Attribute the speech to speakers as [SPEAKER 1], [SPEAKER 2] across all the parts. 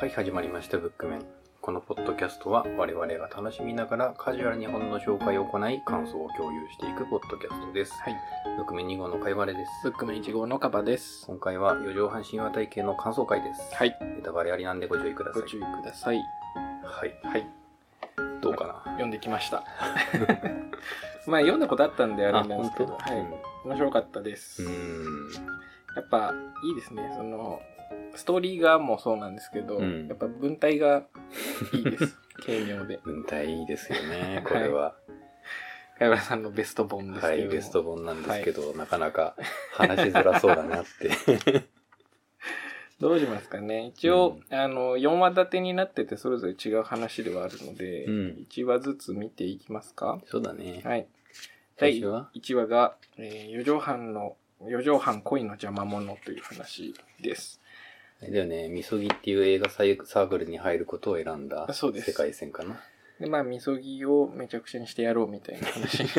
[SPEAKER 1] はい、始まりました、ブックメン。このポッドキャストは我々が楽しみながらカジュアルに本の紹介を行い、感想を共有していくポッドキャストです。
[SPEAKER 2] はい。
[SPEAKER 1] ブックメン2号のかいわれです。
[SPEAKER 2] ブックメン1号のカバです。
[SPEAKER 1] 今回は四畳半神話体系の感想会です。
[SPEAKER 2] はい。
[SPEAKER 1] ネタバレありなんでご注意くださ
[SPEAKER 2] ご
[SPEAKER 1] い。
[SPEAKER 2] 注意ください。
[SPEAKER 1] はい。
[SPEAKER 2] はい。
[SPEAKER 1] どうかな。
[SPEAKER 2] 読んでき ました。 まあ読んだことあったんであれなんですけ
[SPEAKER 1] あ
[SPEAKER 2] ど、は
[SPEAKER 1] 本
[SPEAKER 2] い。面白かったです。
[SPEAKER 1] 当う
[SPEAKER 2] や
[SPEAKER 1] ん。
[SPEAKER 2] っぱいいですね。そのストーリーがもそうなんですけど、
[SPEAKER 1] うん
[SPEAKER 2] やっぱ文体がいいです。 軽妙で。
[SPEAKER 1] 文体いいですよね、これは。
[SPEAKER 2] かやさんのベスト本ですけ
[SPEAKER 1] は
[SPEAKER 2] ど
[SPEAKER 1] い、
[SPEAKER 2] も、
[SPEAKER 1] ベスト本なんですけど、なかなか話しづらそうだなって。
[SPEAKER 2] どうしますかね。一応、あの4話立てになっててそれぞれ違う話ではあるので、
[SPEAKER 1] うん。
[SPEAKER 2] 1話ずつ見ていきますか。
[SPEAKER 1] そうだね。
[SPEAKER 2] はい。
[SPEAKER 1] 最初は
[SPEAKER 3] 一
[SPEAKER 2] 1話が、えー、四畳半の、四畳半恋の邪魔者という話です。
[SPEAKER 1] あれだよね、みそぎっていう映画サイサークルに入ることを選んだ
[SPEAKER 2] あそうです
[SPEAKER 1] 世界線かな。
[SPEAKER 2] で、まあ、みそぎをめちゃくちゃにしてやろうみたいな話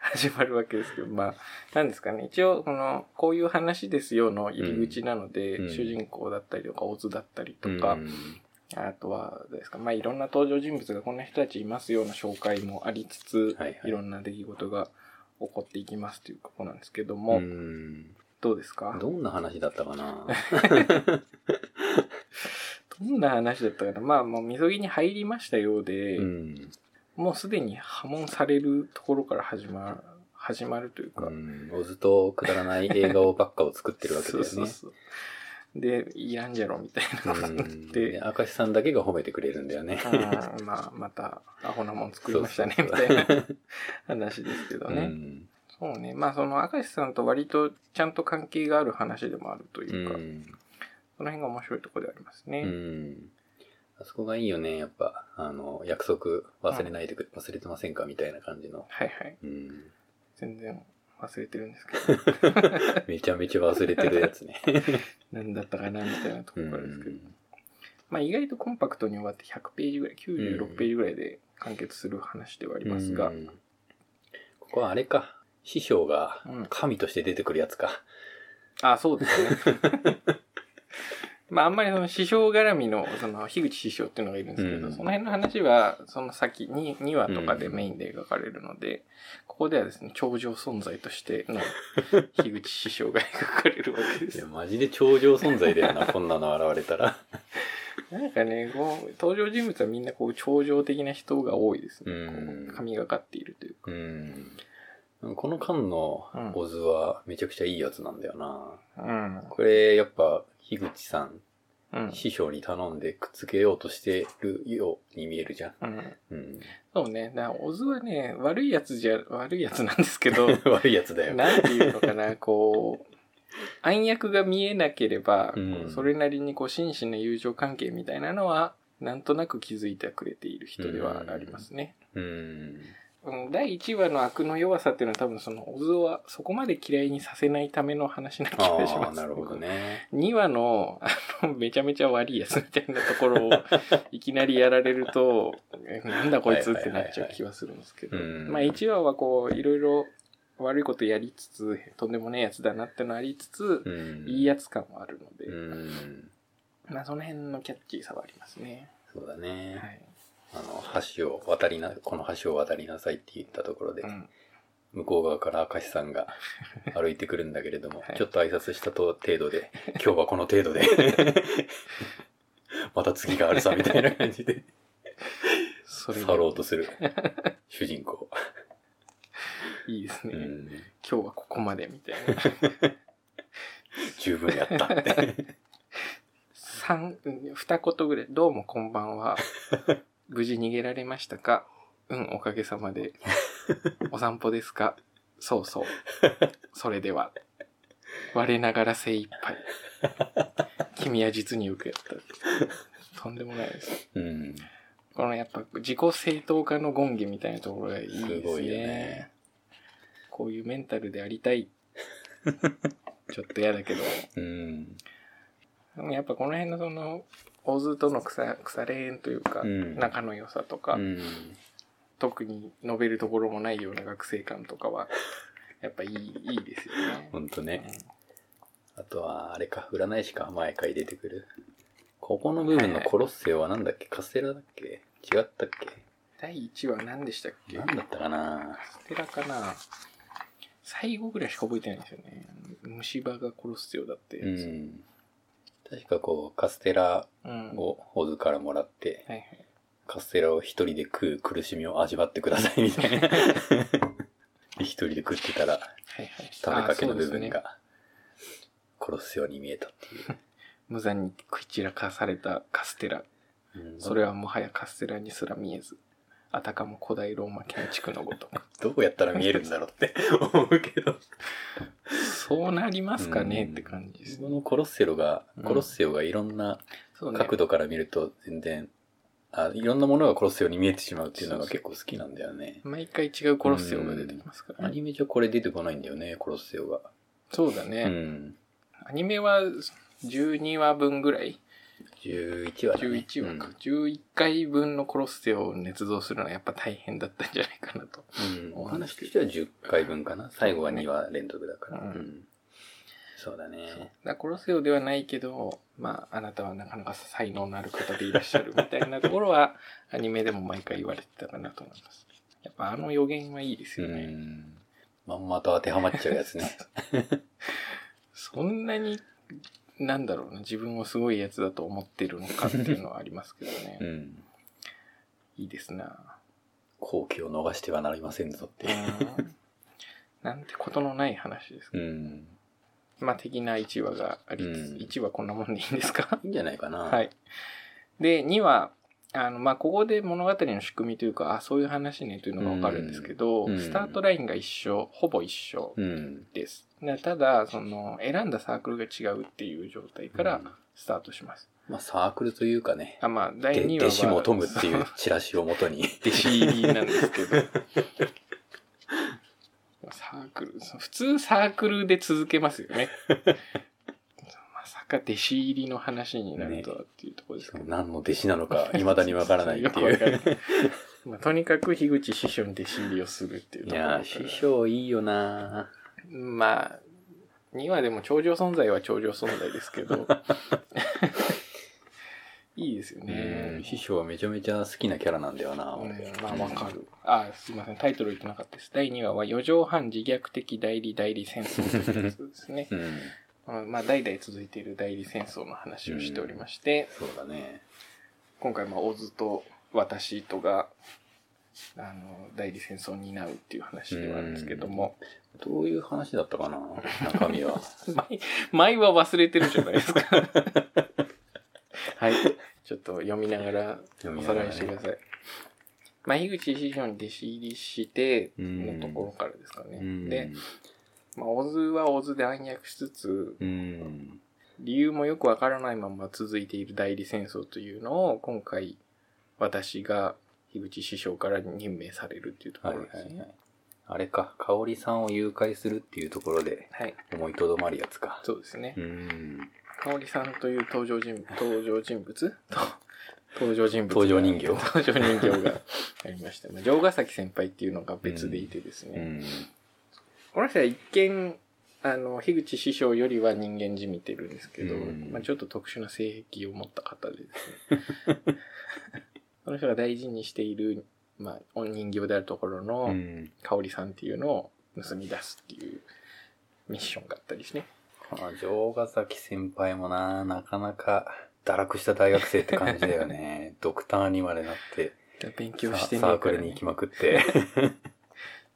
[SPEAKER 2] 始まるわけですけど、まあ、なんですかね。一応、この、こういう話ですよの入り口なので、
[SPEAKER 1] うんうん
[SPEAKER 2] 主人公だったりとか、オズだったりとか、
[SPEAKER 1] うん
[SPEAKER 2] あとは、どうですか、まあ、いろんな登場人物がこんな人たちいますよの紹介もありつつ、
[SPEAKER 1] はい
[SPEAKER 2] い
[SPEAKER 1] はい
[SPEAKER 2] ろんな出来事が起こっていきますということなんですけども、
[SPEAKER 1] うん
[SPEAKER 2] どうですか
[SPEAKER 1] どんな話だったか な
[SPEAKER 2] どんな話だったかなまあ、もう、みそぎに入りましたようで、
[SPEAKER 1] うん、
[SPEAKER 2] もうすでに破門されるところから始まる、始まるというか、
[SPEAKER 1] うん。おずとくだらない映画をばっかを作ってるわけだよね。
[SPEAKER 2] そうそうそう。で、いらんじゃろ、みたい なことになっ
[SPEAKER 1] うん
[SPEAKER 2] て
[SPEAKER 1] で、、明石さんだけが褒めてくれるんだよね。
[SPEAKER 2] あーまあ、また、アホなもん作りましたね、
[SPEAKER 1] そう
[SPEAKER 2] み
[SPEAKER 1] そうそう
[SPEAKER 2] たいな話ですけど
[SPEAKER 1] う
[SPEAKER 2] ね。
[SPEAKER 1] ん
[SPEAKER 2] そうね。まあ、その、明石さんと割とちゃんと関係がある話でもあると
[SPEAKER 1] う
[SPEAKER 2] いうか、
[SPEAKER 1] ん
[SPEAKER 2] その辺が面白いところでありますね。
[SPEAKER 1] うんあそこがいいよね、やっぱ。あの、約束忘れないでく、忘れてませんかみたいな感じの。
[SPEAKER 2] はいはい。
[SPEAKER 1] うん、
[SPEAKER 2] 全然忘れてるんですけど。
[SPEAKER 1] めちゃめちゃ忘れてるやつ ね。
[SPEAKER 2] 何だったかなみたいなとこ
[SPEAKER 1] う
[SPEAKER 2] ろからですけど、
[SPEAKER 1] ん
[SPEAKER 2] まあ、意外とコンパクトに終わって100ページぐらい96ページぐらいで完結する話ではありますが、
[SPEAKER 1] うんここはあれか師匠が
[SPEAKER 2] うん
[SPEAKER 1] 神として出てくるやつか、
[SPEAKER 2] あそうですね まああんまりその師匠絡みのその樋口師匠っていうのがいるんですけど、
[SPEAKER 1] うん
[SPEAKER 2] その辺の話はその先に2話とかで
[SPEAKER 1] うん
[SPEAKER 2] メインで描かれるので、ここではですね頂上存在としての樋口師匠が描かれるわけで
[SPEAKER 1] い
[SPEAKER 2] す
[SPEAKER 1] やマジで頂上存在だよ なこんなの現れたら
[SPEAKER 2] なんかねこう登場人物はみんなこう頂上的な人が多いですね、
[SPEAKER 1] うん
[SPEAKER 2] こう神がかっているというか
[SPEAKER 1] うんこの間のオズはめちゃくちゃいいやつなんだよな、
[SPEAKER 2] うん、
[SPEAKER 1] これやっぱ樋口さん
[SPEAKER 2] うん、
[SPEAKER 1] 師匠に頼んでくっつけようとしてるように見えるじゃん、
[SPEAKER 2] うん
[SPEAKER 1] うん、
[SPEAKER 2] そうね。なオズはね、悪いやつじゃ、悪いやつなんですけど、
[SPEAKER 1] 悪いや つだよ
[SPEAKER 2] なんていうのかな、こう、暗躍が見えなければ、こう
[SPEAKER 1] うん
[SPEAKER 2] それなりにこう真摯な友情関係みたいなのは、なんとなく気づいてくれている人ではありますね。
[SPEAKER 1] うん
[SPEAKER 2] うん、第1話の悪の弱さっていうのは多分そのオズはそこまで嫌いにさせないための話な気
[SPEAKER 1] あ
[SPEAKER 2] がしま
[SPEAKER 1] あ
[SPEAKER 2] す、
[SPEAKER 1] なるほど。ね
[SPEAKER 2] 2話のあの めちゃめちゃ悪いやつみたいなとこ ろをいきなりやられるとえなんだこいつってなっちゃう気はするんですけど、
[SPEAKER 1] はいはいはいはいうん
[SPEAKER 2] まあ1話はこういろいろ悪いことやりつつとんでもねえやつだなってのありつつ、
[SPEAKER 1] うん
[SPEAKER 2] いいやつ感もあるので、
[SPEAKER 1] うん
[SPEAKER 2] まあその辺のキャッチーさはありますね、
[SPEAKER 1] そうだね、
[SPEAKER 2] はい
[SPEAKER 1] あの橋を渡りなこの橋を渡りなさいって言ったところで、
[SPEAKER 2] うん
[SPEAKER 1] 向こう側から明石さん が歩いてくるんだけれども、
[SPEAKER 2] はい
[SPEAKER 1] ちょっと挨拶したと程度で今日はこの程度で また次があるさみたいな感じで
[SPEAKER 2] それ
[SPEAKER 1] 去
[SPEAKER 2] で
[SPEAKER 1] ろうとする主人公、
[SPEAKER 2] いい ですね、
[SPEAKER 1] うん、
[SPEAKER 2] 今日はここまでみたいな
[SPEAKER 1] 十分やったって
[SPEAKER 2] 三二言ぐらい「どうもこんば んは無事逃げられましたか?」「うんおかげさまで」 「お散歩ですか?」「そうそう」「それでは」「我ながら精一杯」「君は実によくやった」とんでもないです
[SPEAKER 1] うん
[SPEAKER 2] このやっぱ自己正当化の権限みたいなところが いいです
[SPEAKER 1] す
[SPEAKER 2] ね
[SPEAKER 1] ごいよね
[SPEAKER 2] こういうメンタルでありたいちょっと嫌だけど
[SPEAKER 1] うん
[SPEAKER 2] でもやっぱこの辺のその、オズとの腐腐れ縁というか、
[SPEAKER 1] うん
[SPEAKER 2] 仲の良さとか、
[SPEAKER 1] うん
[SPEAKER 2] 特に述べるところもない ような学生感とかは、やっぱいい、いいですよね。
[SPEAKER 1] ほんとねあとは、あれか、占い師か、毎回出てくる。ここの部分のコロッセオはなんだっけカステラだっけ違ったっ
[SPEAKER 2] 第1話何でしたっ
[SPEAKER 1] け
[SPEAKER 2] け
[SPEAKER 1] なんだったかな
[SPEAKER 2] カステラかな最後ぐらいしか覚えてないんですよね。虫歯が殺すようだって
[SPEAKER 1] う
[SPEAKER 2] やつ。
[SPEAKER 1] ん。確かこう、カステラ
[SPEAKER 2] うん。は
[SPEAKER 1] をホズからもらって
[SPEAKER 2] い、はい。
[SPEAKER 1] カステラを一人で食う苦しみを味わってくださいみたい な。で一人で食ってたら、
[SPEAKER 2] はいはい。
[SPEAKER 1] 食べかけの部
[SPEAKER 2] あーそうです
[SPEAKER 1] 分
[SPEAKER 2] ね
[SPEAKER 1] が殺すように見えたっていう。
[SPEAKER 2] 無残に食い散らかされたカステラ。
[SPEAKER 1] うん
[SPEAKER 2] それはもはやカステラにすら見えず。あたかも古代ローマ建築のごとく。
[SPEAKER 1] どうやったら見えるんだろうって思うけ ど。
[SPEAKER 2] そうなりますかねって感じです
[SPEAKER 1] こ。のコロッセロが、
[SPEAKER 2] うん
[SPEAKER 1] コロッセオがいろんな
[SPEAKER 2] そうね。
[SPEAKER 1] 角度から見ると全然、あいろんなものがコロッセオに見えてしまうっていうのが結構好きなんだよね。
[SPEAKER 2] 毎回違うコロッセオが出てきますから
[SPEAKER 1] ア
[SPEAKER 2] ね。
[SPEAKER 1] ニメじゃこれ出てこないんだよね、コロッセオが。
[SPEAKER 2] そうだ
[SPEAKER 1] う
[SPEAKER 2] ね。
[SPEAKER 1] ん。
[SPEAKER 2] アニメは12話分ぐらい
[SPEAKER 1] 11話だね。
[SPEAKER 2] 11話か、11回分のコロッセオを捏造するのはやっぱ大変だったんじゃないかなと。
[SPEAKER 1] うん。うんお話としては10回分かな。最後は2話連続だから。
[SPEAKER 2] うん
[SPEAKER 1] うんそうだね。
[SPEAKER 2] だコロッセオではないけど、まあ、あなたはなかなか才能のある方でいらっしゃるみたいなところは、 アニメでも毎回言われてたかなと思います。やっぱあの予言はいいです
[SPEAKER 1] う
[SPEAKER 2] よね。
[SPEAKER 1] ん。まんまと当てはまっちゃうやつ ね。
[SPEAKER 2] そんなに、なんだろうな、自分をすごいやつだと思ってるのかっていうのはありますけどね。
[SPEAKER 1] うん。
[SPEAKER 2] いいですな
[SPEAKER 1] 好機を逃してはなりませんぞって
[SPEAKER 2] う。んなんてことのない話です。
[SPEAKER 1] うん。
[SPEAKER 2] まあ、的な1話がありつつ、
[SPEAKER 1] うん
[SPEAKER 2] 1話こんなもんでいいんですか
[SPEAKER 1] いいんじゃないかな。
[SPEAKER 2] はい。。で、2は、あの、まあ、ここで物語の仕組みというか、あ、そういう話ねというのがわかるんですけど、
[SPEAKER 1] うん
[SPEAKER 2] スタートラインが一緒、ほぼ一緒
[SPEAKER 1] うん。
[SPEAKER 2] です。でただ、その、選んだサークルが違うっていう状態から
[SPEAKER 1] うん
[SPEAKER 2] スタートします。
[SPEAKER 1] まあサークルというかね。
[SPEAKER 2] あ、まあ、第
[SPEAKER 1] で
[SPEAKER 2] 2話は。
[SPEAKER 1] 弟子もトムっていうチラシをもと に。
[SPEAKER 2] 弟子入りなんですけど。サークル、そう普通サークルで続けますよね。 まさか弟子入りの話になるとはっていうところですけど。
[SPEAKER 1] 何の弟子なのか未だにわからないって
[SPEAKER 2] よくわ
[SPEAKER 1] い
[SPEAKER 2] か
[SPEAKER 1] う。
[SPEAKER 2] んないまあ、とにかく樋口師匠に弟子入りをするっていう
[SPEAKER 1] い
[SPEAKER 2] ところ
[SPEAKER 1] や
[SPEAKER 2] か
[SPEAKER 1] ー、
[SPEAKER 2] ら
[SPEAKER 1] 師匠いいよな
[SPEAKER 2] まあ、2話でも頂上存在は頂上存在ですけ ど。いいですよ
[SPEAKER 1] う
[SPEAKER 2] ね
[SPEAKER 1] ん。師匠はめちゃめちゃ好きなキャラなんだよな
[SPEAKER 2] う
[SPEAKER 1] 俺。。
[SPEAKER 2] んまあわかる。あ、すいません。タイトル言ってなかったです。第2話は、余剰反自虐的代理代理戦争というやつですね
[SPEAKER 1] うん。
[SPEAKER 2] うんまあ、代々続いている代理戦争の話をしておりまして、
[SPEAKER 1] そうだね。
[SPEAKER 2] 今回、まあ、オズと私とが、あの、代理戦争を担うっていう話ではあるんですけども、
[SPEAKER 1] どういう話だったかな中身は。
[SPEAKER 2] 前、前は忘れてるじゃないですか。はい。ちょっと読みながら
[SPEAKER 1] 読
[SPEAKER 2] お
[SPEAKER 1] み
[SPEAKER 2] さ
[SPEAKER 1] なが
[SPEAKER 2] ら
[SPEAKER 1] ら
[SPEAKER 2] いしてくだ
[SPEAKER 1] ね
[SPEAKER 2] さい。まあ、樋口師匠に弟子入りして
[SPEAKER 1] うん
[SPEAKER 2] のところからですかね。
[SPEAKER 1] うん
[SPEAKER 2] で、まあ、オズはオズで暗躍しつつ、
[SPEAKER 1] うん。
[SPEAKER 2] 理由もよくわからないまま続いている代理戦争というのを、今回、私が樋口師匠から任命されるっていうとこ
[SPEAKER 1] はい
[SPEAKER 2] ろ
[SPEAKER 1] はい
[SPEAKER 2] ですね。
[SPEAKER 1] はい。あれか、香織さんを誘拐するっていうところで
[SPEAKER 2] はい、
[SPEAKER 1] 思いとどまるやつか。
[SPEAKER 2] そうですね。
[SPEAKER 1] うん。
[SPEAKER 2] 香織さんという登場人物、登場人物と、登場人物が。
[SPEAKER 1] 登場人形
[SPEAKER 2] 登場人形がありました。まあ城ヶ崎先輩っていうのが別でいてです
[SPEAKER 1] う
[SPEAKER 2] ね。
[SPEAKER 1] ん。
[SPEAKER 2] この人は一見、あの、樋口師匠よりは人間じみてるんですけど、
[SPEAKER 1] うん
[SPEAKER 2] まあちょっと特殊な性癖を持った方でですね。この人が大事にしている、まあ、お人形であるところ
[SPEAKER 1] う
[SPEAKER 2] の
[SPEAKER 1] ん。
[SPEAKER 2] 香織さんっていうのを盗み出すっていうミッションがあったりですね。
[SPEAKER 1] この城ヶ崎先輩もな、なかなか堕落した大学生って感じだよ ね。ドクターにまでなって、
[SPEAKER 2] だから勉
[SPEAKER 1] サ
[SPEAKER 2] 強して
[SPEAKER 1] ー
[SPEAKER 2] ね
[SPEAKER 1] サ
[SPEAKER 2] え
[SPEAKER 1] ー
[SPEAKER 2] か
[SPEAKER 1] ク
[SPEAKER 2] ら
[SPEAKER 1] ルに
[SPEAKER 2] ね
[SPEAKER 1] 行き。まくって。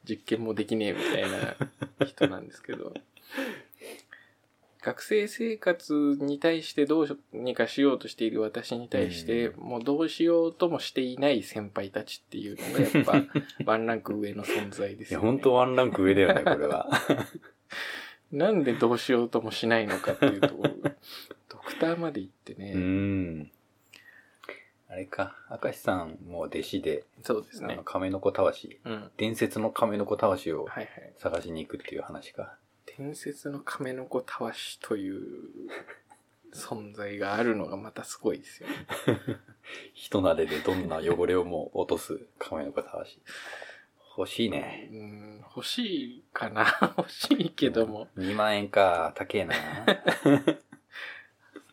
[SPEAKER 2] 実験もできねえみたいな人なんですけど学生生活に対してどうにかしようとしている私に対して、
[SPEAKER 1] う
[SPEAKER 2] もうどうしようともしていない先輩たちっていうのがやっぱ ワンランク上の存在です
[SPEAKER 1] いや、
[SPEAKER 2] よ、ね。
[SPEAKER 1] 本当ワンランク上だよね、これ は。
[SPEAKER 2] なんでどうしようともしないのかっていうところがドクターまで行ってね、
[SPEAKER 1] うん。あれか、明石さんも弟子で、
[SPEAKER 2] そうです
[SPEAKER 1] あ
[SPEAKER 2] ね
[SPEAKER 1] の、。亀の子たわし、
[SPEAKER 2] うん。はい
[SPEAKER 1] 伝説の亀の子たわしを
[SPEAKER 2] はい。
[SPEAKER 1] 探しに行くっていう話か。
[SPEAKER 2] 伝説の亀の子たわしという存在があるのがまたすごいですよね。
[SPEAKER 1] 人撫ででどんな汚れをも落とす亀の子たわし。欲しいね。
[SPEAKER 2] うん、欲しいかな 欲しいけども。
[SPEAKER 1] 2万円か、高えな。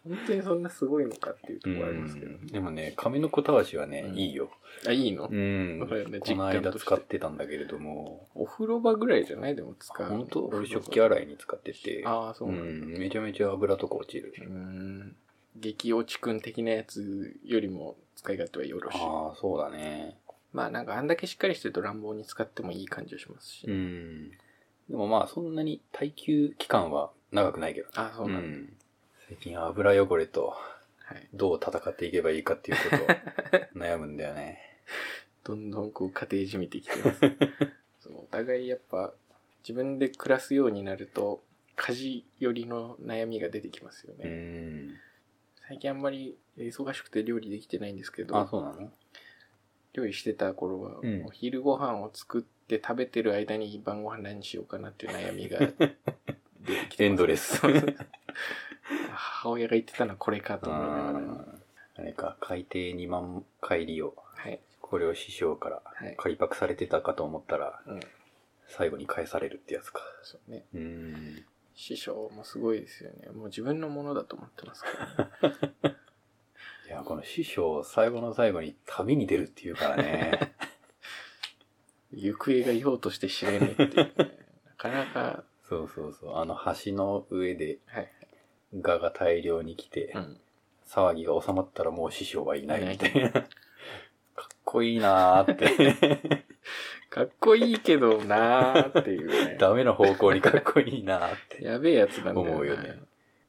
[SPEAKER 2] 本当にそんなすごいのかっていうところありますけど。
[SPEAKER 1] でもね、髪の子たわしはね、
[SPEAKER 2] うん
[SPEAKER 1] いいよ。
[SPEAKER 2] あ、いいの
[SPEAKER 1] うん。
[SPEAKER 2] わかるよね
[SPEAKER 1] この
[SPEAKER 2] 実感
[SPEAKER 1] 間
[SPEAKER 2] として
[SPEAKER 1] 使ってたんだけれども、
[SPEAKER 2] お風呂場ぐらいじゃないでも使うの。
[SPEAKER 1] 本当俺食器
[SPEAKER 2] あ
[SPEAKER 1] 洗いに使ってて、
[SPEAKER 2] あー、そううなん
[SPEAKER 1] ん、
[SPEAKER 2] だ。
[SPEAKER 1] めちゃめちゃ油とか落ちる。
[SPEAKER 2] うん。激落ちくん的なやつよりも使い勝手はよろしい。
[SPEAKER 1] ああ、そうだね。
[SPEAKER 2] まあなんかあんだけしっかりしてると乱暴に使ってもいい感じがしますし。
[SPEAKER 1] うん。でもまあ、そんなに耐久期間は長くないけど。
[SPEAKER 2] ああ、そう
[SPEAKER 1] う
[SPEAKER 2] なんだ。
[SPEAKER 1] ん。最近油汚れと
[SPEAKER 2] はい。
[SPEAKER 1] どう戦っていけばいいかっていう ことを悩むんだよね。
[SPEAKER 2] どんどんこう家庭じみてきて ます。そうお互いやっぱ自分で暮らすようになると家事寄りの悩みが出てきますよ
[SPEAKER 1] う
[SPEAKER 2] ね。
[SPEAKER 1] ん。
[SPEAKER 2] 最近あんまり忙しくて料理できてないんですけ
[SPEAKER 1] あ、
[SPEAKER 2] ど、
[SPEAKER 1] そうなの
[SPEAKER 2] 料理してた頃は、
[SPEAKER 1] うん
[SPEAKER 2] お昼ご飯を作って食べてる間に晩ご飯何しようかなっていう 悩みが出てきてます。
[SPEAKER 1] エンドレス
[SPEAKER 2] そうそう母親が言ってたのはこれかと思いながら。
[SPEAKER 1] あーあれか、海底2万回利を、
[SPEAKER 2] はい。
[SPEAKER 1] これを師匠から
[SPEAKER 2] はい。
[SPEAKER 1] 借りパクされてたかと思ったら、
[SPEAKER 2] うん。
[SPEAKER 1] 最後に返されるってやつか。
[SPEAKER 2] そうね。
[SPEAKER 1] うん。
[SPEAKER 2] 師匠もすごいですよね。もう自分のものだと思ってますから。
[SPEAKER 1] いや、この師匠、最後の最後に旅に出るっていうからね。
[SPEAKER 2] 行方がようとして知れねえっていうね、なかなか、
[SPEAKER 1] そうそうそう。あの橋の上で
[SPEAKER 2] はい。
[SPEAKER 1] ガが大量に来て、
[SPEAKER 2] うん。
[SPEAKER 1] 騒ぎが収まったらもう師匠はいない
[SPEAKER 2] いない
[SPEAKER 1] みたいな。かっこいいなー って。。
[SPEAKER 2] かっこいいけどなーっていうね
[SPEAKER 1] ダメな方向にかっこいいなーって。
[SPEAKER 2] やべえやつなんだよ,、
[SPEAKER 1] 思うよね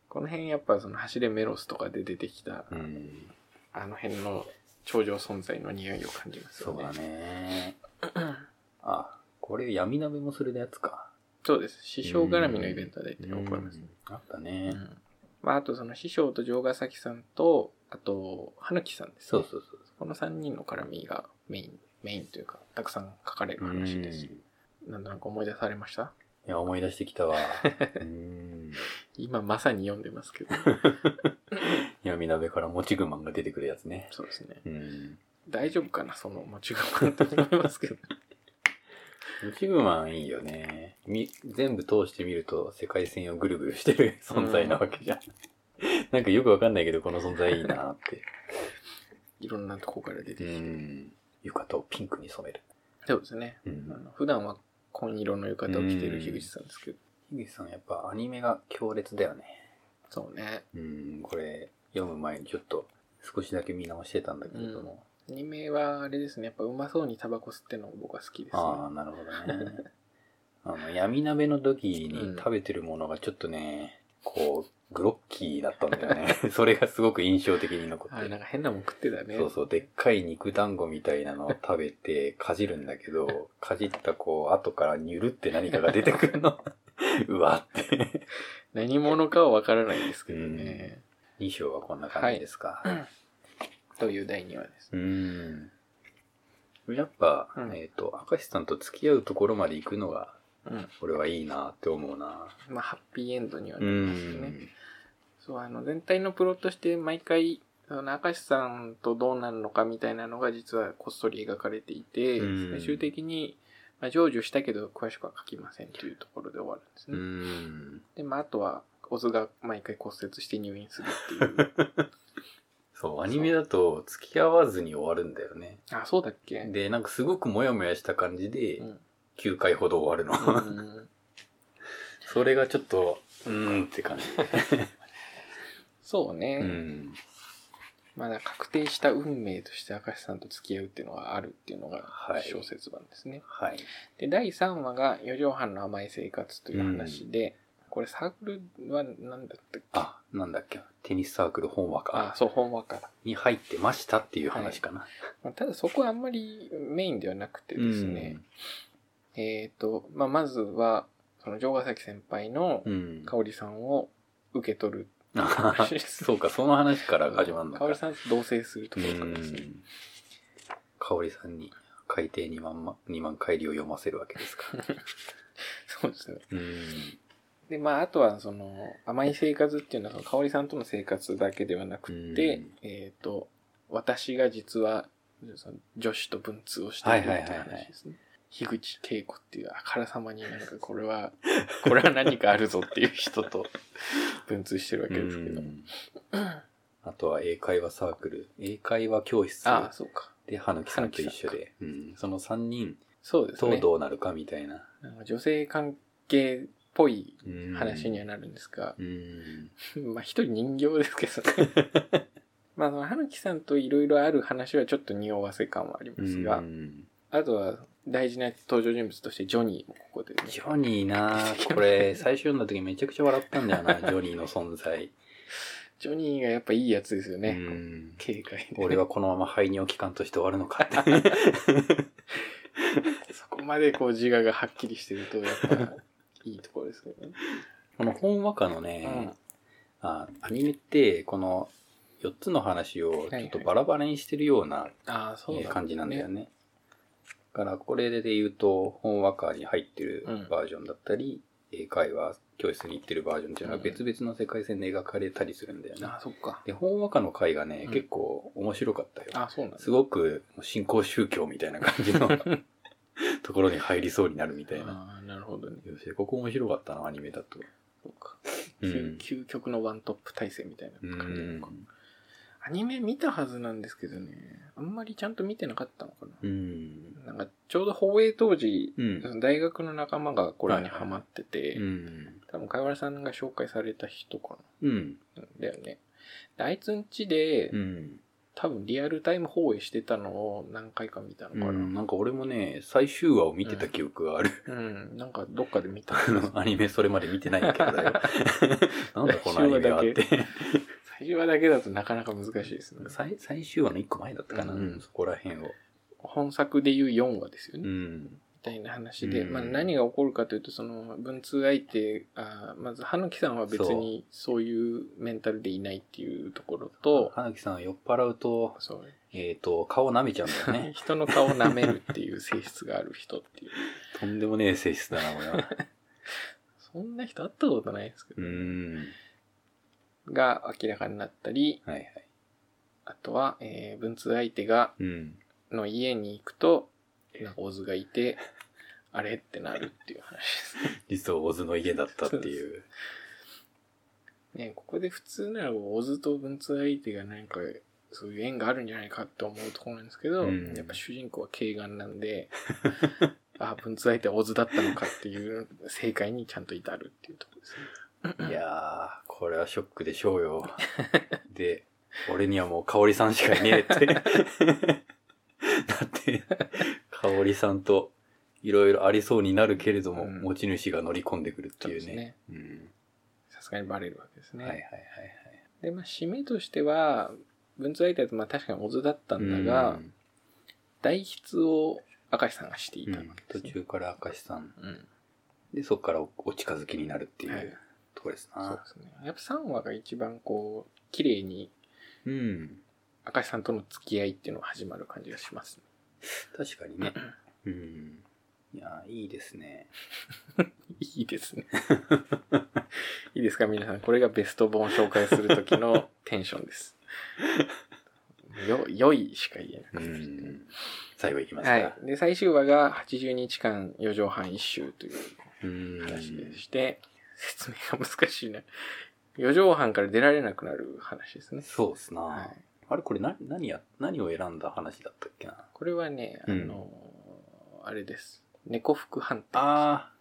[SPEAKER 2] この辺やっぱその走れメロスとかで出てきた、
[SPEAKER 1] うん。
[SPEAKER 2] あの辺の頂上存在の匂いを感じます
[SPEAKER 1] そ
[SPEAKER 2] よ
[SPEAKER 1] う
[SPEAKER 2] ね。
[SPEAKER 1] だね。あ、これ闇鍋もするやつか。
[SPEAKER 2] そうです。師匠絡みのイベントは大体起こりますね。
[SPEAKER 1] うんあった
[SPEAKER 2] う
[SPEAKER 1] ね。
[SPEAKER 2] んまあ、あとその師匠と城ヶ崎さんと、あと、花木さんです、ね。
[SPEAKER 1] そうそうそう。
[SPEAKER 2] この3人の絡みがメイン、メインというか、たくさん書かれる話です。
[SPEAKER 1] うん
[SPEAKER 2] なんとなく思い出されました
[SPEAKER 1] いや、思い出してきた わ。うん
[SPEAKER 2] 今まさに読んでますけ ど。
[SPEAKER 1] 闇鍋からもちぐまんが出てくるやつね。
[SPEAKER 2] そうですね。
[SPEAKER 1] うん。
[SPEAKER 2] 大丈夫かなその持ち駒と思いますけど。
[SPEAKER 1] もちぐまんいいよね。み、全部通してみると世界線をぐるぐるしてる存在なわけじゃん。 なんかよくわかんないけど、この存在いいなって。
[SPEAKER 2] いろんなとこから出て
[SPEAKER 1] う
[SPEAKER 2] きて。
[SPEAKER 1] ん。浴衣をピンクに染める。
[SPEAKER 2] そうですね。
[SPEAKER 1] う
[SPEAKER 2] あ
[SPEAKER 1] ん。
[SPEAKER 2] の普段は紺色の浴衣を着てる樋口さんですけど。
[SPEAKER 1] 樋口さんやっぱアニメが強烈だよね。
[SPEAKER 2] そうね。
[SPEAKER 1] うん、これ読む前にちょっと少しだけ見直してたんだけれども。
[SPEAKER 2] アニメはあれですね。やっぱうまそうにタバコ吸ってるのが僕は好きですね。
[SPEAKER 1] ああ、なるほどね。あの、闇鍋の時に食べてるものがちょっとね、こう、グロッキーだったんだよ ね。それがすごく印象的に残っ
[SPEAKER 2] あ
[SPEAKER 1] て
[SPEAKER 2] れなんか変なもん食ってたね。
[SPEAKER 1] そうそう、でっかい肉団子みたいなのを食べて、かじるんだけど、かじったこう、後からニュルって何かが出てくるの。 うわって。
[SPEAKER 2] 何者かはわからないですけどね。
[SPEAKER 1] 2章はこんな感じですか。
[SPEAKER 2] という第2話です。
[SPEAKER 1] うーん。やっぱ、
[SPEAKER 2] うん
[SPEAKER 1] えっ、と、明石さんと付き合うところまで行くのが、
[SPEAKER 2] うん。
[SPEAKER 1] 俺はいいなって思うな。
[SPEAKER 2] まあ、ハッピーエンドには
[SPEAKER 1] う
[SPEAKER 2] なりますよね。
[SPEAKER 1] ん。
[SPEAKER 2] そう、あの、全体のプロとして毎回、その、明石さんとどうなるのかみたいなのが実はこっそり描かれていて、
[SPEAKER 1] うん
[SPEAKER 2] 最終的に、まあ、成就したけど詳しくは書きませんというところで終わるんです
[SPEAKER 1] う
[SPEAKER 2] ね。
[SPEAKER 1] ん。
[SPEAKER 2] で、まあ、あとは、オズが毎回骨折して入院するって いう。
[SPEAKER 1] そう、アニメだと付き合わずに終わるんだよね。
[SPEAKER 2] あ、そうだっけ
[SPEAKER 1] で、なんかすごくモヤモヤした感じで
[SPEAKER 2] う、ん。
[SPEAKER 1] 9回ほど終わる
[SPEAKER 2] う
[SPEAKER 1] の。
[SPEAKER 2] ん
[SPEAKER 1] それがちょっと、うーんって感じ。
[SPEAKER 2] そうね。
[SPEAKER 1] うん。
[SPEAKER 2] まあ、だから確定した運命として明石さんと付き合うっていうのがあるっていうのが
[SPEAKER 1] はい
[SPEAKER 2] 小説版ですね。
[SPEAKER 1] はい。
[SPEAKER 2] で、第3話が四畳半の甘い生活という話で、これサークルは何だったっけ
[SPEAKER 1] あ、なんだっけ、テニスサークル本話
[SPEAKER 2] あ
[SPEAKER 1] か。
[SPEAKER 2] そう、本話から。
[SPEAKER 1] に入ってましたっていう話かな。
[SPEAKER 2] まあ、ただそこはあんまりメインではなくてですね、えっ、と、まあ、まずは、その城ヶ崎先輩の
[SPEAKER 1] うん。うん。
[SPEAKER 2] 香織さんを受け取る話です。
[SPEAKER 1] そうか、その話から始まるのか。
[SPEAKER 2] 香織さんと同棲するところからです
[SPEAKER 1] う
[SPEAKER 2] ね。
[SPEAKER 1] ん香織さんに海底2万ま二万回りを読ませるわけですか。
[SPEAKER 2] そうですね。
[SPEAKER 1] うん。
[SPEAKER 2] で、まあ、あとは、その、甘い生活っていうのは、その、香織さんとの生活だけではなくて、
[SPEAKER 1] うん
[SPEAKER 2] えっ、と、私が実は、その女子と文通をしているっていう
[SPEAKER 1] はいはいはいは
[SPEAKER 2] 話
[SPEAKER 1] い
[SPEAKER 2] ですね。樋口恵子っていうあからさまになんかこれは、 これは何かあるぞっていう人と文通してるわけですけど。
[SPEAKER 1] あとは英会話サークル、英会話教室
[SPEAKER 2] ああ、そうか。
[SPEAKER 1] で、歯抜きさんと一緒
[SPEAKER 2] 羽
[SPEAKER 1] で、うん、その3人
[SPEAKER 2] そうです
[SPEAKER 1] と
[SPEAKER 2] ね。
[SPEAKER 1] どうなるかみたいな。
[SPEAKER 2] あの女性関係っぽい
[SPEAKER 1] うん
[SPEAKER 2] 話にはなるんですが、
[SPEAKER 1] うん。
[SPEAKER 2] まあ一人人形ですけどね。 まあ、その、はぬきさんといろいろある話はちょっと匂わせ感はありますが、
[SPEAKER 1] うん
[SPEAKER 2] あとは大事な登場人物としてジョニーもここでね。
[SPEAKER 1] ジョニーな あこれ、最初読んだ時めちゃくちゃ笑ったんだよな、ジョニーの存在。
[SPEAKER 2] ジョニーがやっぱいいやつですよ
[SPEAKER 1] う
[SPEAKER 2] ね。
[SPEAKER 1] ん。
[SPEAKER 2] 警戒で。
[SPEAKER 1] 俺はこのまま排尿期間として終わるのか って。
[SPEAKER 2] そこまでこう自我がはっきりしてると、やっぱ、いいところですよね。
[SPEAKER 1] この本和歌のね、あアニメって、この4つの話をちょっとバラバラにしてるような
[SPEAKER 2] ああ、そう
[SPEAKER 1] えー感じなんだよ
[SPEAKER 2] ね。
[SPEAKER 1] ね。だからこれで言うと、本和歌に入ってる
[SPEAKER 2] うん
[SPEAKER 1] バージョンだったり、英会話教室に行ってるバージョンっていうの
[SPEAKER 2] う
[SPEAKER 1] が
[SPEAKER 2] ん
[SPEAKER 1] 別々の世界線で描かれたりするんだよね。
[SPEAKER 2] ああ、そっか。
[SPEAKER 1] で、本和歌の回がね、
[SPEAKER 2] うん
[SPEAKER 1] 結構面白かったよ。
[SPEAKER 2] ああ、そうなんだ。
[SPEAKER 1] すごく信仰宗教みたいな感じ のところに入りそうになるみたいな。
[SPEAKER 2] ああ、なるほどね。
[SPEAKER 1] よしここ面白かったな、アニメだと。
[SPEAKER 2] そうか。
[SPEAKER 1] うん
[SPEAKER 2] 究究極のワントップ体制みたいな
[SPEAKER 1] う
[SPEAKER 2] 感じなの
[SPEAKER 1] ん
[SPEAKER 2] か。。アニメ見たはずなんですけどね、あんまりちゃんと見てなかったのか
[SPEAKER 1] うん。
[SPEAKER 2] な。なんか、ちょうど放映当時、
[SPEAKER 1] うん。
[SPEAKER 2] 大学の仲間がこれにハマってて
[SPEAKER 1] う、ん。
[SPEAKER 2] 多分、かいわらさんが紹介された人か
[SPEAKER 1] うん。
[SPEAKER 2] な。だよね。であいつんちで、
[SPEAKER 1] うん。
[SPEAKER 2] 多分リアルタイム放映してたのを何回か見たのかな。う
[SPEAKER 1] うん
[SPEAKER 2] ん、
[SPEAKER 1] なんか俺もね、最終話を見てた記憶がある。
[SPEAKER 2] なんかどっかで見た。
[SPEAKER 1] あの、アニメそれまで見てないんだけどだ よ。なんだこのアニメはっ
[SPEAKER 2] 最終
[SPEAKER 1] て。
[SPEAKER 2] 最初話だけだとなかなか難しいですね。
[SPEAKER 1] 最最終話の1個前だったかな、
[SPEAKER 2] うん
[SPEAKER 1] うんそこら辺を。
[SPEAKER 2] 本作でいう4話ですよね。
[SPEAKER 1] う
[SPEAKER 2] み
[SPEAKER 1] ん。
[SPEAKER 2] たいな話で、
[SPEAKER 1] うん
[SPEAKER 2] まあ何が起こるかというと、その文通相手、あーまず、はぬきさんは別にそういうメンタルでいないっていうところと、
[SPEAKER 1] 花木さんは酔っ払うと、
[SPEAKER 2] そう。
[SPEAKER 1] えっ、と、顔舐めちゃうんだよね
[SPEAKER 2] 人の顔を舐めるっていう性質がある人っていう。
[SPEAKER 1] とんでもねえ性質だな、俺は。
[SPEAKER 2] そんな人会ったことないですけ
[SPEAKER 1] う
[SPEAKER 2] ど、
[SPEAKER 1] ん。
[SPEAKER 2] が明らかになったり、
[SPEAKER 1] はいはい。
[SPEAKER 2] あとは、えー文通相手が
[SPEAKER 1] うん。
[SPEAKER 2] の家に行くと、なんかオズがいて、あれってなるっていう話です
[SPEAKER 1] 実はオズの家だったっていう。
[SPEAKER 2] ね。ねここで普通ならオズと文通相手がなんか、そういう縁があるんじゃないかって思うところなんですけど、
[SPEAKER 1] うん
[SPEAKER 2] やっぱ主人公は軽眼なんで、 あ、文通相手はオズだったのかっていう正解にちゃんと至るっていうところですね。
[SPEAKER 1] いやー、これはショックでしょう よ。で、俺にはもう香織さんしかいねえ って。だって、香織さんといろいろありそうになるけれども、
[SPEAKER 2] うん
[SPEAKER 1] 持ち主が乗り込んでくるってい
[SPEAKER 2] そううです
[SPEAKER 1] ね。
[SPEAKER 2] ね
[SPEAKER 1] うん
[SPEAKER 2] さすがにバレるわけですね。
[SPEAKER 1] はいはいはい
[SPEAKER 2] で、まあ、締めとしては、文通相手だとまあ確かにオズだった
[SPEAKER 1] はい。
[SPEAKER 2] んだが、
[SPEAKER 1] うん
[SPEAKER 2] 代筆を明石さんがしていたわけで
[SPEAKER 1] 途
[SPEAKER 2] すね。
[SPEAKER 1] 中から明石さん。
[SPEAKER 2] うん
[SPEAKER 1] で、そこからおお近づきになるってい
[SPEAKER 2] はいう
[SPEAKER 1] とこですな。
[SPEAKER 2] そうですね。やっぱ3話が一番こう、綺麗に
[SPEAKER 1] うん。
[SPEAKER 2] 明石さんとの付き合いっていうのが始まる感じがし ます、
[SPEAKER 1] 確かにね。うん。いやー、いいです ね。
[SPEAKER 2] いいですね。 いいですか皆さん。これがベスト本紹介する時のテンションです。よ、良いしか言え
[SPEAKER 1] う
[SPEAKER 2] なくて。
[SPEAKER 1] ん。最後いきますか。
[SPEAKER 2] はい。で、最終話が80日間4畳半一周という
[SPEAKER 1] うん。
[SPEAKER 2] 話でして、説明が難しいな。4畳半から出られなくなる話ですね。
[SPEAKER 1] そうっすな、
[SPEAKER 2] はい。
[SPEAKER 1] あれこれな何や何を選んだ話だったっけな
[SPEAKER 2] これはね、あ
[SPEAKER 1] うん
[SPEAKER 2] のーあれです。猫服判定。
[SPEAKER 1] あ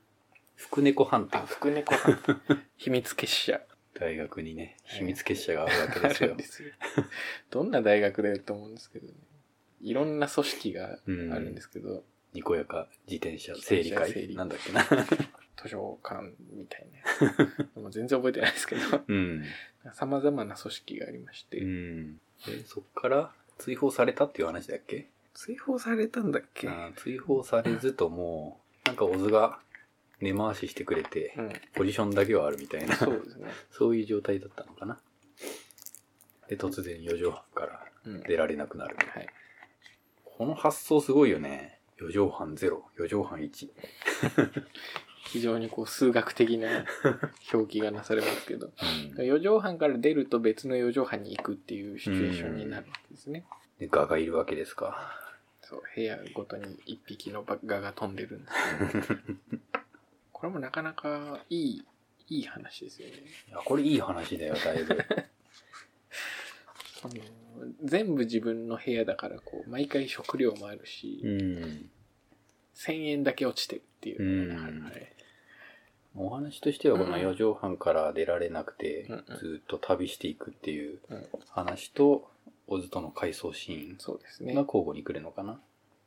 [SPEAKER 1] 福猫判定
[SPEAKER 2] あ、福猫判定。 秘密結社。
[SPEAKER 1] 大学にね
[SPEAKER 2] はい
[SPEAKER 1] 秘密結社が あるわけ
[SPEAKER 2] あ
[SPEAKER 1] です
[SPEAKER 2] る
[SPEAKER 1] よ
[SPEAKER 2] んですよ。 どんな大学だよと思うんですけどね。いろんな組織があるんですけど、
[SPEAKER 1] にこやか自転車整理
[SPEAKER 2] 自転車整
[SPEAKER 1] 会
[SPEAKER 2] 理
[SPEAKER 1] なんだっけな
[SPEAKER 2] 図書館みたいなやつ。もう全然覚えてないですけど、
[SPEAKER 1] うん、
[SPEAKER 2] 様々な組織がありまして、
[SPEAKER 1] うん、でそっから追放されたっていう話だっけ
[SPEAKER 2] 追放されたんだっけ
[SPEAKER 1] あー追放されずともうなんか小津が根回ししてくれて
[SPEAKER 2] うん、
[SPEAKER 1] ポジションだけはあるみたいな
[SPEAKER 2] そうですね。
[SPEAKER 1] そういう状態だったのかなで突然4畳半から
[SPEAKER 2] うん、
[SPEAKER 1] 出られなくなる
[SPEAKER 2] はい。
[SPEAKER 1] この発想すごいよね。4畳半0、4畳半1。
[SPEAKER 2] 非常にこう数学的な 表記がなされますけど、
[SPEAKER 1] うん、
[SPEAKER 2] 4畳半から出ると別の4畳半に行くっていうシチュエーションになるんですね。
[SPEAKER 1] で、ガがいるわけですか。
[SPEAKER 2] そう、部屋ごとに一匹のバッガが飛んでるんですけど。これもなかなかいい、いい話ですよね。
[SPEAKER 1] いや、これいい話だよ、だい ぶ。
[SPEAKER 2] その全部自分の部屋だから、こう、毎回食料もあるし、
[SPEAKER 1] うん。
[SPEAKER 2] 1000円だけ落ちてるっていうのがね、
[SPEAKER 1] うん
[SPEAKER 2] あれ
[SPEAKER 1] お話としては、この四畳半から出られなくて
[SPEAKER 2] うんうん、
[SPEAKER 1] ずっと旅していくっていう
[SPEAKER 2] うん
[SPEAKER 1] 話と、オズとの回想シーン
[SPEAKER 2] そうです
[SPEAKER 1] が
[SPEAKER 2] ね。
[SPEAKER 1] 交互に来るのかな。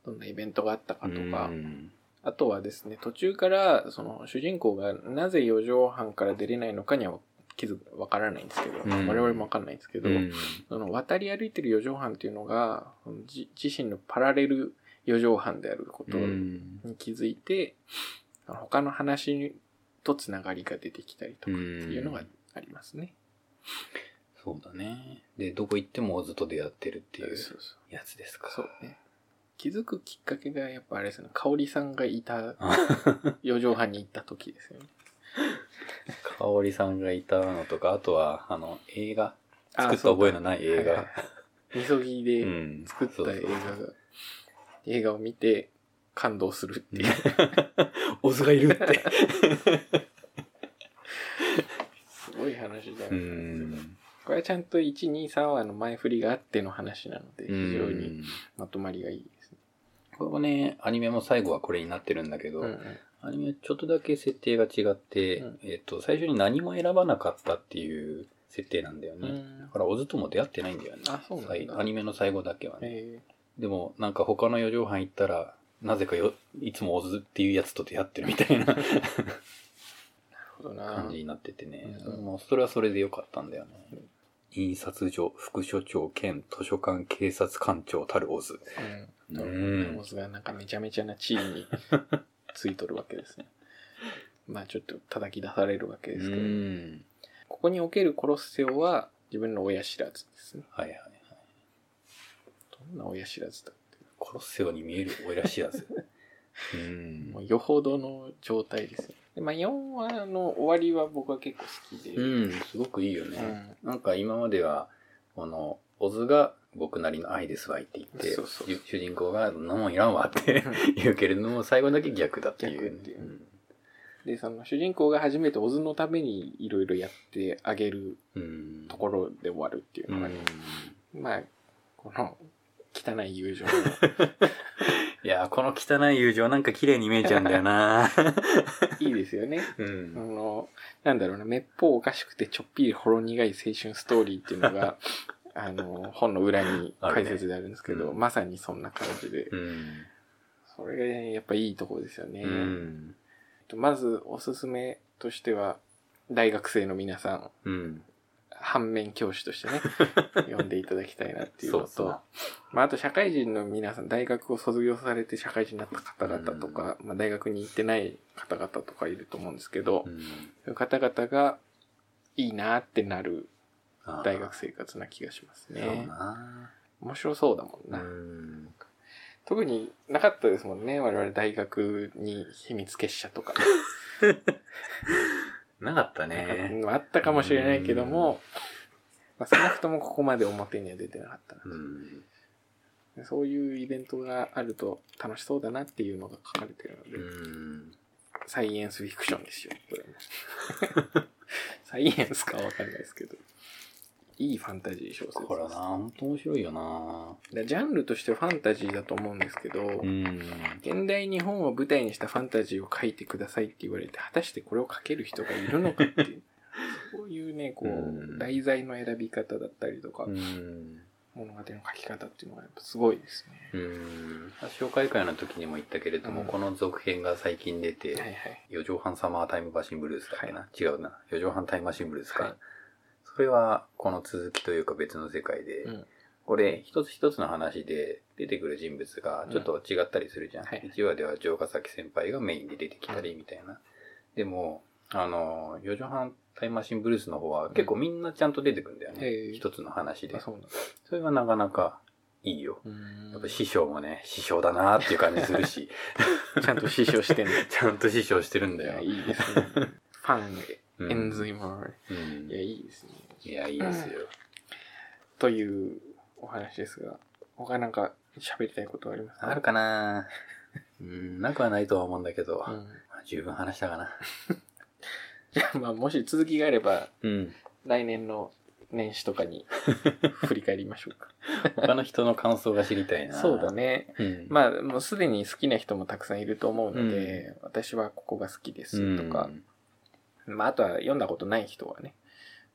[SPEAKER 2] どんなイベントがあったかとか、
[SPEAKER 1] うん
[SPEAKER 2] あとはですね、途中から、その、主人公がなぜ4畳半から出れないのかには気づく、わからないんですけど、
[SPEAKER 1] うん
[SPEAKER 2] 我々もわかんないんですけど、
[SPEAKER 1] うん
[SPEAKER 2] その渡り歩いてる四畳半っていうのが、そのじ自身のパラレル四畳半であることに気づいて、あの他の話とつながりが出てきたりとかっていうのがありますね。
[SPEAKER 1] そうだね。で、どこ行ってもオズと出会ってるっていう
[SPEAKER 2] そうそ
[SPEAKER 1] やつです
[SPEAKER 2] う
[SPEAKER 1] か。
[SPEAKER 2] そうね。気づくきっかけがやっぱあれですね、香織さんがい た四畳半に行った時ですよね。
[SPEAKER 1] 香織さんがいたのとか、あとは、あの、映画。
[SPEAKER 2] あ
[SPEAKER 1] 作った覚えのない映。
[SPEAKER 2] そうだは
[SPEAKER 1] 画
[SPEAKER 2] いはい。みそぎで、
[SPEAKER 1] うん
[SPEAKER 2] 作った映画が
[SPEAKER 1] そうそうそう、
[SPEAKER 2] 映画を見て感動するっていう。
[SPEAKER 1] オズがいるって。
[SPEAKER 2] すごい話だよ
[SPEAKER 1] う
[SPEAKER 2] ね。
[SPEAKER 1] ん。
[SPEAKER 2] これはちゃんと1、2、3話の前振りがあっての話なので、非常
[SPEAKER 1] う
[SPEAKER 2] に
[SPEAKER 1] ん。
[SPEAKER 2] まとまりがいいですね。
[SPEAKER 1] これもね、アニメも最後はこれになってるんだけど、
[SPEAKER 2] うんうん
[SPEAKER 1] アニメはちょっとだけ設定が違って、
[SPEAKER 2] うん
[SPEAKER 1] えっと、最初に何も選ばなかったっていう設定なんだよね。
[SPEAKER 2] うん
[SPEAKER 1] だから、オズとも出会ってないんだよね。
[SPEAKER 2] あそうなんだ
[SPEAKER 1] 最アニメの最後だけはね。
[SPEAKER 2] え
[SPEAKER 1] でも、なんか他の四畳半行ったら、なぜかよ、いつもオズっていうやつと出会ってるみたいな
[SPEAKER 2] ー、なるほどな
[SPEAKER 1] 感じ。になっててね。
[SPEAKER 2] うん
[SPEAKER 1] もうそれはそれでよかったんだよね。印刷所、副所長兼図書館警察官庁たるオズ。
[SPEAKER 2] うん。
[SPEAKER 1] う
[SPEAKER 2] ド
[SPEAKER 1] ん
[SPEAKER 2] ラゴンズがなんかめちゃめちゃな地位についとるわけですね。 まあちょっと叩き出されるわけですけど、
[SPEAKER 1] ん。
[SPEAKER 2] ここにおけるコロッセオは自分の親知らずですね。
[SPEAKER 1] はいはい。
[SPEAKER 2] どんな親知らずだっていう
[SPEAKER 1] コロッセオに見えるおいらしいや つ。うん
[SPEAKER 2] もうよほどの状態ですよ。でまあ、4話の終わりは僕は結構好きで。
[SPEAKER 1] うん、すごくいいよ
[SPEAKER 2] う
[SPEAKER 1] ね。
[SPEAKER 2] ん
[SPEAKER 1] なんか今までは、この、オズが僕なりの愛ですわいって言って、
[SPEAKER 2] そうそう
[SPEAKER 1] 主主人公が、そんなもんいらんわって 言うけれども、最後だけ逆だっていう。
[SPEAKER 2] 逆っていうで、その主人公が初めてオズのためにいろいろやってあげる
[SPEAKER 1] うん。うん
[SPEAKER 2] ところで終わるっていう
[SPEAKER 1] う
[SPEAKER 2] のが
[SPEAKER 1] ん
[SPEAKER 2] ね、まあ、この汚い友情。
[SPEAKER 1] いやーこの汚い友情なんか綺麗に見えちゃうんだよな
[SPEAKER 2] いいですよね。
[SPEAKER 1] う
[SPEAKER 2] あ
[SPEAKER 1] ん。
[SPEAKER 2] の、なんだろうな、めっぽうおかしくてちょっぴりほろ苦い青春ストーリーっていうの が、あの、本の裏に解説であるんですけ
[SPEAKER 1] ある
[SPEAKER 2] ど、
[SPEAKER 1] ねうん
[SPEAKER 2] まさにそんな感じで、
[SPEAKER 1] うん。
[SPEAKER 2] それがねやっぱいいところですよね。
[SPEAKER 1] うん。
[SPEAKER 2] まずおすすめとしては、大学生の皆さん、
[SPEAKER 1] うん。
[SPEAKER 2] 反面教師として ね、読んでいただきたいなっていう
[SPEAKER 1] そ
[SPEAKER 2] の
[SPEAKER 1] うそ
[SPEAKER 2] と
[SPEAKER 1] う、。
[SPEAKER 2] まあ、あと社会人の皆さん、大学を卒業されて社会人になった方々とか、まあ、大学に行ってない方々とかいると思うんですけど、
[SPEAKER 1] うん
[SPEAKER 2] そういう方々がいいなってなる
[SPEAKER 1] あー
[SPEAKER 2] 大学生活な気がします
[SPEAKER 1] そう
[SPEAKER 2] ね。
[SPEAKER 1] な
[SPEAKER 2] 面白そうだもん
[SPEAKER 1] う
[SPEAKER 2] な。
[SPEAKER 1] ん。
[SPEAKER 2] 特になかったですもんね、我々大学に秘密結社とか。
[SPEAKER 1] なかったね。
[SPEAKER 2] まああったかもしれないけども、まあ、少なくともここまで表には出てなかったな
[SPEAKER 1] うん。
[SPEAKER 2] そういうイベントがあると楽しそうだなっていうのが書かれてるので、
[SPEAKER 1] うん。
[SPEAKER 2] サイエンスフィクションですよ、これも。 サイエンスかはわかんないですけど。いいファンタジー小説
[SPEAKER 1] これ
[SPEAKER 2] で
[SPEAKER 1] な、
[SPEAKER 2] す。
[SPEAKER 1] ほんと面白いよな。
[SPEAKER 2] でジャンルとしてはファンタジーだと思うんですけど、
[SPEAKER 1] ん。
[SPEAKER 2] 現代日本を舞台にしたファンタジーを書いてくださいって言われて、果たしてこれを書ける人がいるのかって いう、そういうね、こ
[SPEAKER 1] う
[SPEAKER 2] う、
[SPEAKER 1] ん
[SPEAKER 2] 題材の選び方だったりとか、
[SPEAKER 1] うん。
[SPEAKER 2] 物語の書き方っていうのがやっぱすごいですね。
[SPEAKER 1] うん。紹介会の時にも言ったけれども、
[SPEAKER 2] うん
[SPEAKER 1] この続編が最近出て、
[SPEAKER 2] はいはい。
[SPEAKER 1] 四畳半サマータイムマシンブルースだっけな、
[SPEAKER 2] は
[SPEAKER 1] 違うな。四畳半タイムマシンブルースか。
[SPEAKER 2] はい
[SPEAKER 1] それは、この続きというか別の世界で、
[SPEAKER 2] うん
[SPEAKER 1] これ、一つ一つの話で出てくる人物がちょっと違ったりするじゃん。
[SPEAKER 2] うんはい
[SPEAKER 1] 1話では城ヶ崎先輩がメインで出てきたりみたいな。でも、あの、四畳半タイムマシンブルースの方は結構みんなちゃんと出てくるんだよね。
[SPEAKER 2] へえ
[SPEAKER 1] 一つの話で
[SPEAKER 2] あ、。そうなんだ。
[SPEAKER 1] それはなかなかいいよ。やっぱ師匠もね、師匠だなっていう感じする し、
[SPEAKER 2] ちゃんと師匠してん の。
[SPEAKER 1] ちゃんと師匠してるん
[SPEAKER 2] い
[SPEAKER 1] だ
[SPEAKER 2] や、
[SPEAKER 1] よ。
[SPEAKER 2] いいですね。ファンで、
[SPEAKER 1] うん
[SPEAKER 2] 円髄もある。
[SPEAKER 1] うん
[SPEAKER 2] いや、いいですね。
[SPEAKER 1] いや、いいですよ。
[SPEAKER 2] というお話ですが、他なんか喋りたいことはありますか
[SPEAKER 1] あるかな うん、なくはないとは思うんだけど、
[SPEAKER 2] う
[SPEAKER 1] ま
[SPEAKER 2] ん
[SPEAKER 1] あ十分話したかな。
[SPEAKER 2] じゃあまあもし続きがあれば
[SPEAKER 1] うん。
[SPEAKER 2] 来年の年始とか に振り返りましょうか。
[SPEAKER 1] 他の人の感想が知りたいな。
[SPEAKER 2] そうだ。ね。
[SPEAKER 1] うん。
[SPEAKER 2] まあもうすでに好きな人もたくさんいると思うので、私はここが好きですとか、まああとは読んだことない人はね、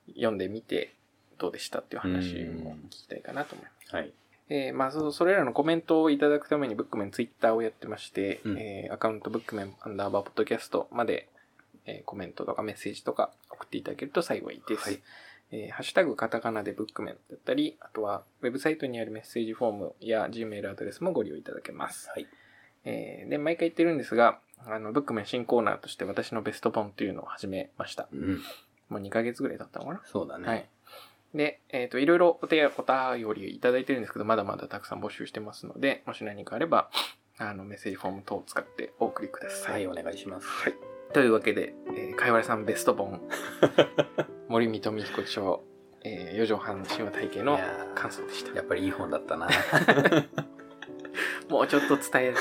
[SPEAKER 2] 読んでみてどうでしたっていう話も聞きたいかなと思います。
[SPEAKER 1] うん。はい。
[SPEAKER 2] えーまあそ、それらのコメントをいただくためにブックメンツイッターをやってまして、
[SPEAKER 1] うん
[SPEAKER 2] えーアカウントブックメンアンダーバーポッドキャストまで、えーコメントとかメッセージとか送っていただけると幸いです。
[SPEAKER 1] はい
[SPEAKER 2] えーハッシュタグカタカナでブックメンだったり、あとはウェブサイトにあるメッセージフォームや Gmail アドレスもご利用いただけます。
[SPEAKER 1] はい。
[SPEAKER 2] えーで、毎回言ってるんですが、あの、ブックメン新コーナーとして私のベスト本というのを始めました。
[SPEAKER 1] うん。
[SPEAKER 2] もう2ヶ月ぐらい経ったのかな
[SPEAKER 1] そうだね。
[SPEAKER 2] はい。。で、えっ、と、いろいろお手、お便りいただいてるんですけど、まだまだたくさん募集してますので、もし何かあれば、あの、メッセージフォーム等を使ってお送りくださ。
[SPEAKER 1] はいい、お願いします。
[SPEAKER 2] はい。というわけで、えー、かいわれさんベスト 本、森見富彦町、えー、四畳半神話体系の
[SPEAKER 1] いやー
[SPEAKER 2] 感想でし
[SPEAKER 1] や
[SPEAKER 2] た。
[SPEAKER 1] っぱりいい本だったな。
[SPEAKER 2] もうちょっと伝え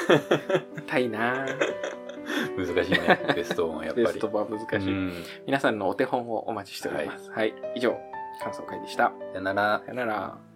[SPEAKER 2] たいなぁ
[SPEAKER 1] 難しいね。ベスト本はやっぱ
[SPEAKER 2] ベ
[SPEAKER 1] り。
[SPEAKER 2] スト本は難しい、
[SPEAKER 1] うん
[SPEAKER 2] 皆さんのお手本をお待ちしております。はい。以上、感想会でした。
[SPEAKER 1] さよなら。
[SPEAKER 2] さよなら。